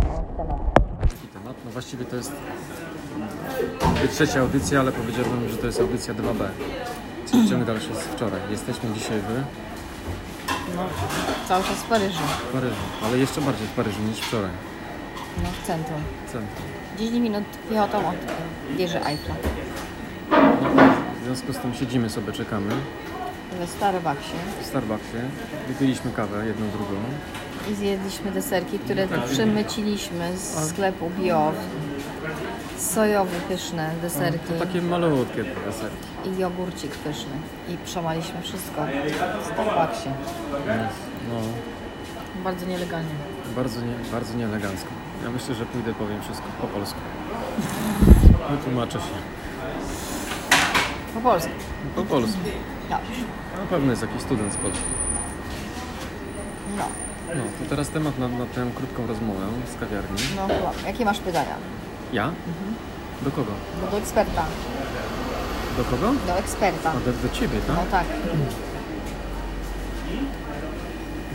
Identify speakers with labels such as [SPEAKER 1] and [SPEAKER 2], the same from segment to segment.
[SPEAKER 1] Taki temat. No właściwie to jest jakby trzecia audycja, ale powiedziałbym, że to jest audycja 2B. Czyli ciąg dalszy jest wczoraj. Jesteśmy dzisiaj w
[SPEAKER 2] No, cały czas w Paryżu,
[SPEAKER 1] Paryżu, ale jeszcze bardziej w Paryżu niż wczoraj.
[SPEAKER 2] no, w centrum.
[SPEAKER 1] Centrum.
[SPEAKER 2] 10 minut piechotą od wieży Eiffla.
[SPEAKER 1] W związku z tym siedzimy sobie, czekamy
[SPEAKER 2] We Starbucksie
[SPEAKER 1] w Starbucksie. Wypiliśmy kawę, jedną, drugą.
[SPEAKER 2] i zjedliśmy deserki, które przymyciliśmy z sklepu bio. Sojowe, pyszne deserki
[SPEAKER 1] No, To takie malutkie deserki.
[SPEAKER 2] i jogurcik pyszny. I przemaliśmy wszystko w Starbucksie.
[SPEAKER 1] No,
[SPEAKER 2] Bardzo nielegalnie.
[SPEAKER 1] bardzo, nie, bardzo nieelegancko. Ja myślę, że pójdę, powiem wszystko po polsku. Wytłumaczę się.
[SPEAKER 2] Po polsku.
[SPEAKER 1] Po polsku.
[SPEAKER 2] Dobrze.
[SPEAKER 1] Na pewno jest jakiś student z Polski.
[SPEAKER 2] No,
[SPEAKER 1] No, to teraz temat na, na tę krótką rozmowę z kawiarni.
[SPEAKER 2] no chyba. Jakie masz pytania?
[SPEAKER 1] Ja? Do kogo?
[SPEAKER 2] No do eksperta.
[SPEAKER 1] Do kogo?
[SPEAKER 2] Do eksperta.
[SPEAKER 1] A do, do ciebie, tak?
[SPEAKER 2] No tak.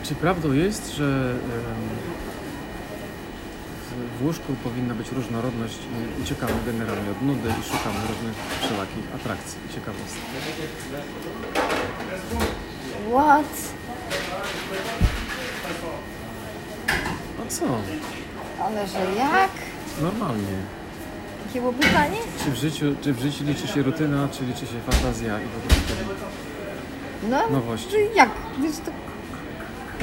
[SPEAKER 1] Czy prawdą jest, że em, w- w łóżku powinna być różnorodność i uciekamy generalnie od nudy i szukamy różnych wszelakich atrakcji i ciekawostek?
[SPEAKER 2] What?
[SPEAKER 1] No co?
[SPEAKER 2] Ale że jak?
[SPEAKER 1] Normalnie.
[SPEAKER 2] Jakie było pytanie?
[SPEAKER 1] Czy w życiu, czy w życiu liczy się rutyna, czy liczy się fantazja i w ogóle te
[SPEAKER 2] No,
[SPEAKER 1] nowości?
[SPEAKER 2] ty jak? Przecież to...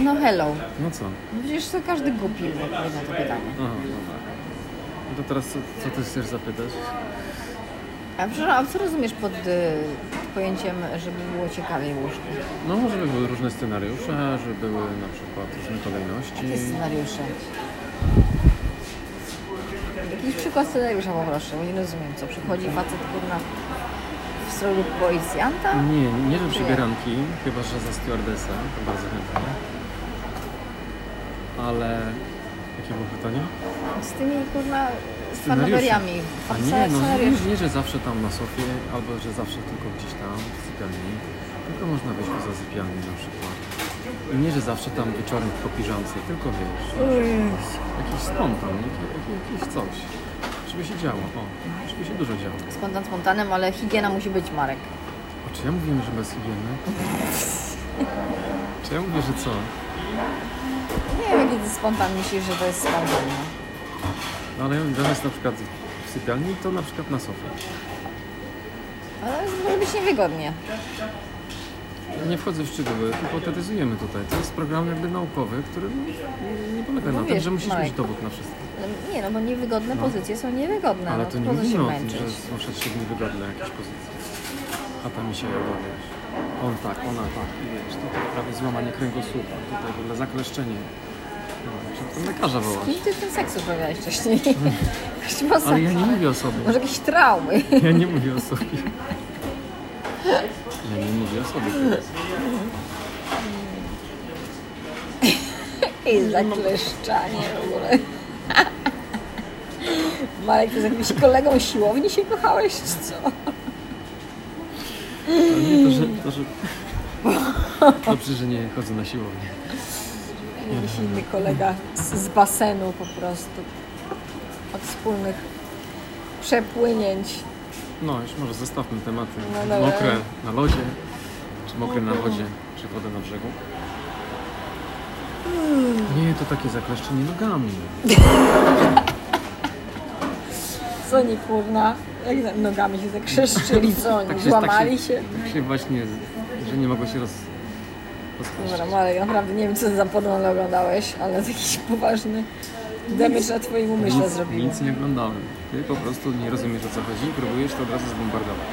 [SPEAKER 2] No hello.
[SPEAKER 1] No co?
[SPEAKER 2] No Przecież to każdy głupi odpowie na to pytanie.
[SPEAKER 1] Aha, dobra. No to teraz co, co ty chcesz zapytać?
[SPEAKER 2] A przepraszam, a co rozumiesz pod y, pojęciem, żeby było ciekawiej w łóżku?
[SPEAKER 1] No, żeby były różne scenariusze, żeby były na przykład różne kolejności.
[SPEAKER 2] Jakie scenariusze? Jakiś przykład scenariusza poproszę, bo nie rozumiem co. Przychodzi facet kurna w stroju policjanta?
[SPEAKER 1] Nie, nie do przybieranki, chyba że za stewardesę, to bardzo chętnie. Ale jakie było pytanie?
[SPEAKER 2] Z tymi kurna z
[SPEAKER 1] Scenariusze.
[SPEAKER 2] fanoweriami.
[SPEAKER 1] A nie, no nie, nie, że zawsze tam na sofie, albo że zawsze tylko gdzieś tam w sypialni, tylko można wyjść poza sypialnię na przykład. I nie, że zawsze tam wieczorem po piżamce, tylko wiesz, jakiś spontan, jakiś, jakiś coś. Żeby się działo, o, żeby się dużo działo.
[SPEAKER 2] Spontan spontanem, ale higiena musi być, Marek.
[SPEAKER 1] O, czy ja mówiłem, że bez higieny? Czy ja mówię, że co?
[SPEAKER 2] Nie wiem, kiedy spontan myślisz, że to jest spontan. no.
[SPEAKER 1] No ale zamiast na przykład w sypialni, to na przykład na sofie.
[SPEAKER 2] Ale może być niewygodnie.
[SPEAKER 1] Nie wchodzę w szczegóły, hipotetyzujemy tutaj. To jest program jakby naukowy, który no, nie polega
[SPEAKER 2] No
[SPEAKER 1] na tym,
[SPEAKER 2] wiesz,
[SPEAKER 1] że musisz mieć
[SPEAKER 2] Marek.
[SPEAKER 1] dowód na wszystko.
[SPEAKER 2] No, Nie no, bo niewygodne pozycje są niewygodne.
[SPEAKER 1] Ale
[SPEAKER 2] no,
[SPEAKER 1] to nie
[SPEAKER 2] po co
[SPEAKER 1] mówimy
[SPEAKER 2] się
[SPEAKER 1] o tym,
[SPEAKER 2] męczyć.
[SPEAKER 1] że są przed niewygodne jakieś pozycje. A tam mi się jada, wiesz. On tak, ona tak, i wiesz, tutaj prawie złamanie kręgosłupa, tutaj w ogóle zakleszczenie. No, trzeba tam lekarza wołać.
[SPEAKER 2] Kim ty ten seks uprawiałeś wcześniej? Jakiś masakr.
[SPEAKER 1] Ale ja nie mówię o sobie.
[SPEAKER 2] Może jakieś traumy.
[SPEAKER 1] Ja nie mówię o sobie. Ja nie mówię o sobie teraz.
[SPEAKER 2] I
[SPEAKER 1] no-
[SPEAKER 2] zakleszczanie w ogóle. Marek, ty z jakimś kolegą siłowni się kochałeś, czy co?
[SPEAKER 1] Ale nie to, że, to, że... Dobrze, że nie chodzę na siłownię.
[SPEAKER 2] Jakiś inny kolega z, z basenu po prostu. Od wspólnych przepłynięć.
[SPEAKER 1] No, już może zostawmy tematy.
[SPEAKER 2] No dobra.
[SPEAKER 1] Mokre na lodzie, czy mokre na wodzie, czy wodę na brzegu. Nie, to takie zakleszczenie nogami.
[SPEAKER 2] Co oni kurna, jak za- nogami się zakrzeszczyli, co oni,
[SPEAKER 1] Tak się-
[SPEAKER 2] złamali
[SPEAKER 1] tak
[SPEAKER 2] się.
[SPEAKER 1] Tak się właśnie, z- że nie mogło się roz...
[SPEAKER 2] Dobra,
[SPEAKER 1] rozkleszczyć.
[SPEAKER 2] Marek, naprawdę nie wiem, co za porno oglądałeś, ale to jakiś poważny damage na twoim umyśle
[SPEAKER 1] Nic,
[SPEAKER 2] zrobił.
[SPEAKER 1] nic nie oglądałem. Ty po prostu nie rozumiesz o co chodzi i próbujesz to od razu zbombardować.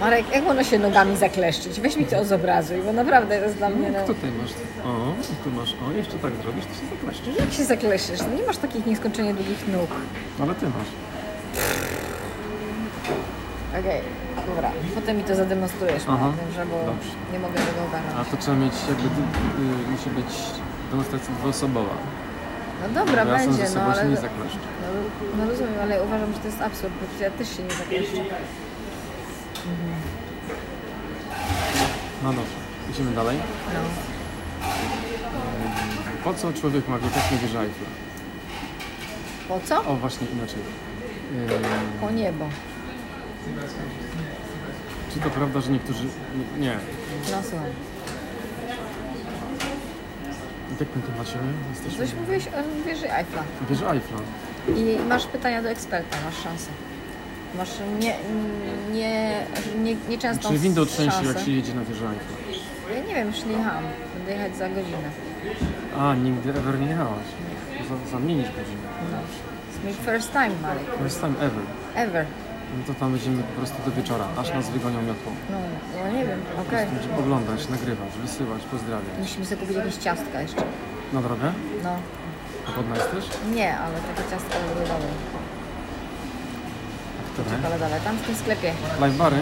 [SPEAKER 2] Marek, jak można się nogami zakleszczyć? Weź mi to z obrazu, bo naprawdę to jest dla mnie...
[SPEAKER 1] Jak
[SPEAKER 2] No,
[SPEAKER 1] tutaj masz? O, i tu masz. O, jeszcze tak zrobisz, to się zakleszczysz.
[SPEAKER 2] jak się zakleszczysz? No nie masz takich nieskończenie długich nóg.
[SPEAKER 1] Ale ty masz.
[SPEAKER 2] Okej, dobra. Potem mi to zademonstrujesz,
[SPEAKER 1] Aha.
[SPEAKER 2] Marek, dobrze, bo
[SPEAKER 1] Dobrze.
[SPEAKER 2] nie mogę tego
[SPEAKER 1] A
[SPEAKER 2] ogarnąć.
[SPEAKER 1] to trzeba mieć jakby, y, y, musi być demonstracja dwuosobowa.
[SPEAKER 2] No dobra,
[SPEAKER 1] Razem
[SPEAKER 2] będzie,
[SPEAKER 1] ze
[SPEAKER 2] no
[SPEAKER 1] sobą
[SPEAKER 2] ale...
[SPEAKER 1] się nie zakleszczy.
[SPEAKER 2] No, no rozumiem, ale uważam, że to jest absurd, bo ja też się nie zakleszczę.
[SPEAKER 1] No dobrze, idziemy dalej.
[SPEAKER 2] No.
[SPEAKER 1] e, po co człowiek ma wieczesne wieżajfla?
[SPEAKER 2] Po co?
[SPEAKER 1] O, właśnie inaczej. E,
[SPEAKER 2] Po niebo.
[SPEAKER 1] Czy to prawda, że niektórzy... Nie.
[SPEAKER 2] No słuchaj.
[SPEAKER 1] Jak my tu macie? Jesteśmy...
[SPEAKER 2] Coś mówiłeś o wieży Eiffla.
[SPEAKER 1] Wieży Eiffla.
[SPEAKER 2] I masz pytania do eksperta, masz szansę. Masz nie, nie, nie, nieczęstą
[SPEAKER 1] Czy windą trzęsie,
[SPEAKER 2] szansę.
[SPEAKER 1] jak się jedzie na wieżę Eiffla?
[SPEAKER 2] Ja nie wiem, jeszcze nie jechałam. Będę jechać za godzinę.
[SPEAKER 1] A, nigdy ever nie jechałaś. Za, za mniej niż godzinę.
[SPEAKER 2] It's my first time, Marek.
[SPEAKER 1] First time ever.
[SPEAKER 2] Ever.
[SPEAKER 1] No to tam będziemy po prostu do wieczora, aż nas wygonią miotłą.
[SPEAKER 2] No, no nie wiem, okej.
[SPEAKER 1] Będziemy oglądać, nagrywać, wysyłać, pozdrawiać.
[SPEAKER 2] Musimy sobie kupić jakieś ciastka jeszcze.
[SPEAKER 1] Na drogę?
[SPEAKER 2] No,
[SPEAKER 1] A Pod nas też?
[SPEAKER 2] nie, ale takie ciastka by były dobre.
[SPEAKER 1] Które?
[SPEAKER 2] Czekoladowe. Tam w tym sklepie.
[SPEAKER 1] Live bary?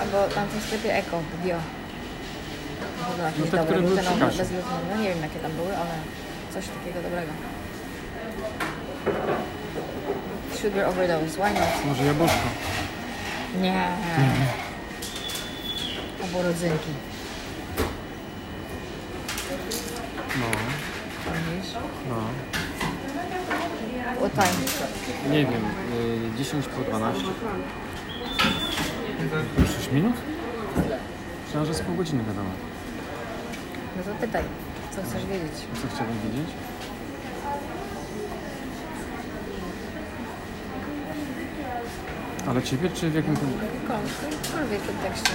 [SPEAKER 2] Albo tam w tym sklepie Eko, Bio. Chyba jakieś
[SPEAKER 1] No te,
[SPEAKER 2] dobre,
[SPEAKER 1] które były przy
[SPEAKER 2] glutenowe,
[SPEAKER 1] kasie.
[SPEAKER 2] bezglutenowe. No nie wiem, jakie tam były, ale coś takiego dobrego. Sugar overdose, why not?
[SPEAKER 1] Może jabłuszko?
[SPEAKER 2] Nie. Albo rodzynki.
[SPEAKER 1] No,
[SPEAKER 2] Widzisz?
[SPEAKER 1] no.
[SPEAKER 2] O tak. time.
[SPEAKER 1] Nie wiem, y, 10 po 12. Już 6 minut? Myślałem, że z pół godziny wiadomo.
[SPEAKER 2] No to pytaj, co chcesz wiedzieć.
[SPEAKER 1] Co chciałbym wiedzieć? Ale ciebie czy w jakim...
[SPEAKER 2] Jakikolwiek kontekście.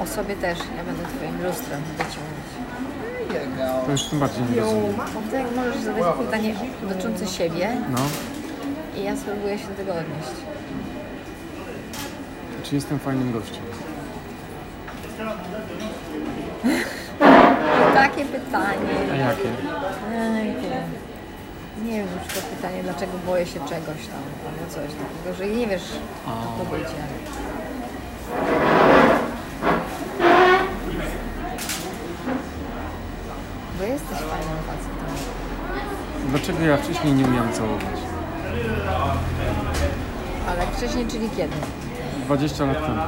[SPEAKER 2] O sobie też, ja będę twoim lustrem, będę cię mówić.
[SPEAKER 1] To już tym bardziej nie rozumiem.
[SPEAKER 2] No to jak możesz zadać pytanie dotyczące siebie
[SPEAKER 1] No,
[SPEAKER 2] i ja spróbuję się do tego odnieść.
[SPEAKER 1] czy jestem fajnym gościem?
[SPEAKER 2] Takie pytanie.
[SPEAKER 1] A jakie?
[SPEAKER 2] Jakie? Nie wiem, czy to pytanie, dlaczego boję się czegoś tam, albo coś takiego, że nie wiesz o pobycie. Bo jesteś fajnym facetem.
[SPEAKER 1] Dlaczego ja wcześniej nie umiałam całować?
[SPEAKER 2] Ale wcześniej, czyli kiedy?
[SPEAKER 1] 20 lat temu.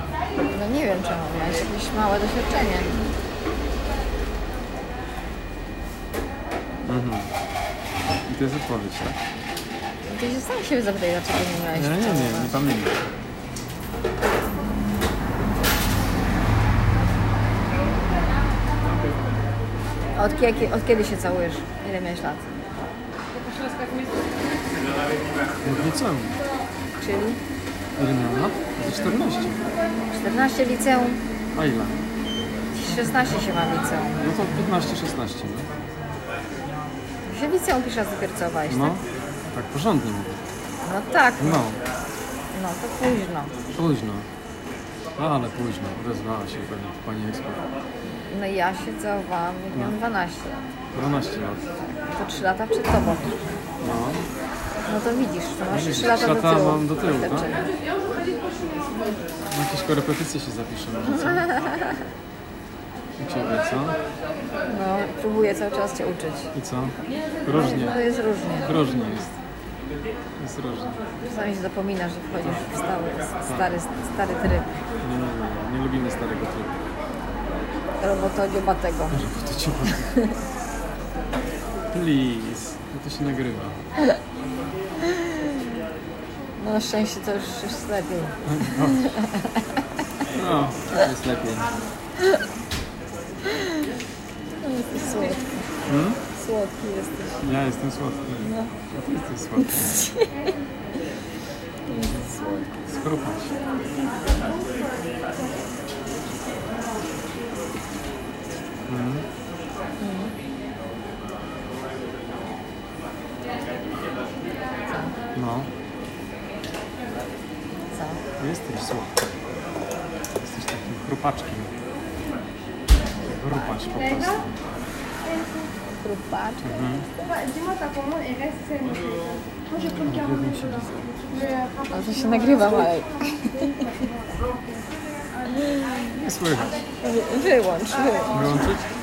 [SPEAKER 2] No nie wiem czemu, miałeś jakieś małe doświadczenie.
[SPEAKER 1] I to jest odpowiedź, tak?
[SPEAKER 2] No Ty się sam siebie zapytaj, dlaczego nie miałeś
[SPEAKER 1] Ja No nie
[SPEAKER 2] wcześniej.
[SPEAKER 1] wiem, nie pamiętam.
[SPEAKER 2] Od, kiedy, od kiedy się całujesz? Ile miałeś lat?
[SPEAKER 1] W liceum.
[SPEAKER 2] Czyli
[SPEAKER 1] Ile miałem lat? Ze 14.
[SPEAKER 2] 14 liceum,
[SPEAKER 1] A ile?
[SPEAKER 2] 16 się ma w liceum.
[SPEAKER 1] No to 15-16, no.
[SPEAKER 2] Się w liceum pierwszy raz dopiero całowałeś,
[SPEAKER 1] No,
[SPEAKER 2] tak?
[SPEAKER 1] tak porządnie mówię.
[SPEAKER 2] No tak,
[SPEAKER 1] No,
[SPEAKER 2] no to późno.
[SPEAKER 1] późno. No ale późno, odezwała się pani, pani ekspert.
[SPEAKER 2] No ja się całowałam, jak
[SPEAKER 1] No.
[SPEAKER 2] miałam 12
[SPEAKER 1] 12 lat.
[SPEAKER 2] lat. To 3 lata przed tobą.
[SPEAKER 1] No,
[SPEAKER 2] No to widzisz, to masz
[SPEAKER 1] Widzisz,
[SPEAKER 2] 3 lata do
[SPEAKER 1] trzy lata
[SPEAKER 2] tyłu.
[SPEAKER 1] mam do tyłu, tak?
[SPEAKER 2] doświadczenia.
[SPEAKER 1] na jakieś korepetycje się zapiszę może, co? U ciebie, co?
[SPEAKER 2] No, próbuję cały czas cię uczyć.
[SPEAKER 1] I co?
[SPEAKER 2] To
[SPEAKER 1] Różnie,
[SPEAKER 2] jest różnie.
[SPEAKER 1] różnie jest. Jest różnie.
[SPEAKER 2] Czasami się zapominasz, że wchodzisz w stały, stary, stary tryb
[SPEAKER 1] Nie, no, nie, nie lubimy starego trybu.
[SPEAKER 2] robotodiobatego.
[SPEAKER 1] To cię Please, bo to się nagrywa.
[SPEAKER 2] No na szczęście to już jest lepiej.
[SPEAKER 1] No, jest lepiej.
[SPEAKER 2] No, jesteś słodki.
[SPEAKER 1] Hmm?
[SPEAKER 2] Słodki jesteś.
[SPEAKER 1] Ja jestem słodki.
[SPEAKER 2] No,
[SPEAKER 1] A ty jesteś słodki.
[SPEAKER 2] jesteś słodki.
[SPEAKER 1] Skrupać. Hmm?
[SPEAKER 2] Co?
[SPEAKER 1] No,
[SPEAKER 2] Co?
[SPEAKER 1] jesteś słodki. Jesteś takim chrupaczkiem. Chrupacz po prostu.
[SPEAKER 2] Krupacz?
[SPEAKER 3] Bah, Dis-moi, t'as comment elle reste saine en fait. Moi, j'ai pris le 40 minutes. Mais euh, après,
[SPEAKER 2] No to się nagrywa, Marek.
[SPEAKER 1] Nie słychać.
[SPEAKER 2] Wy- Wyłącz, wyłącz.
[SPEAKER 1] Wyłączyć?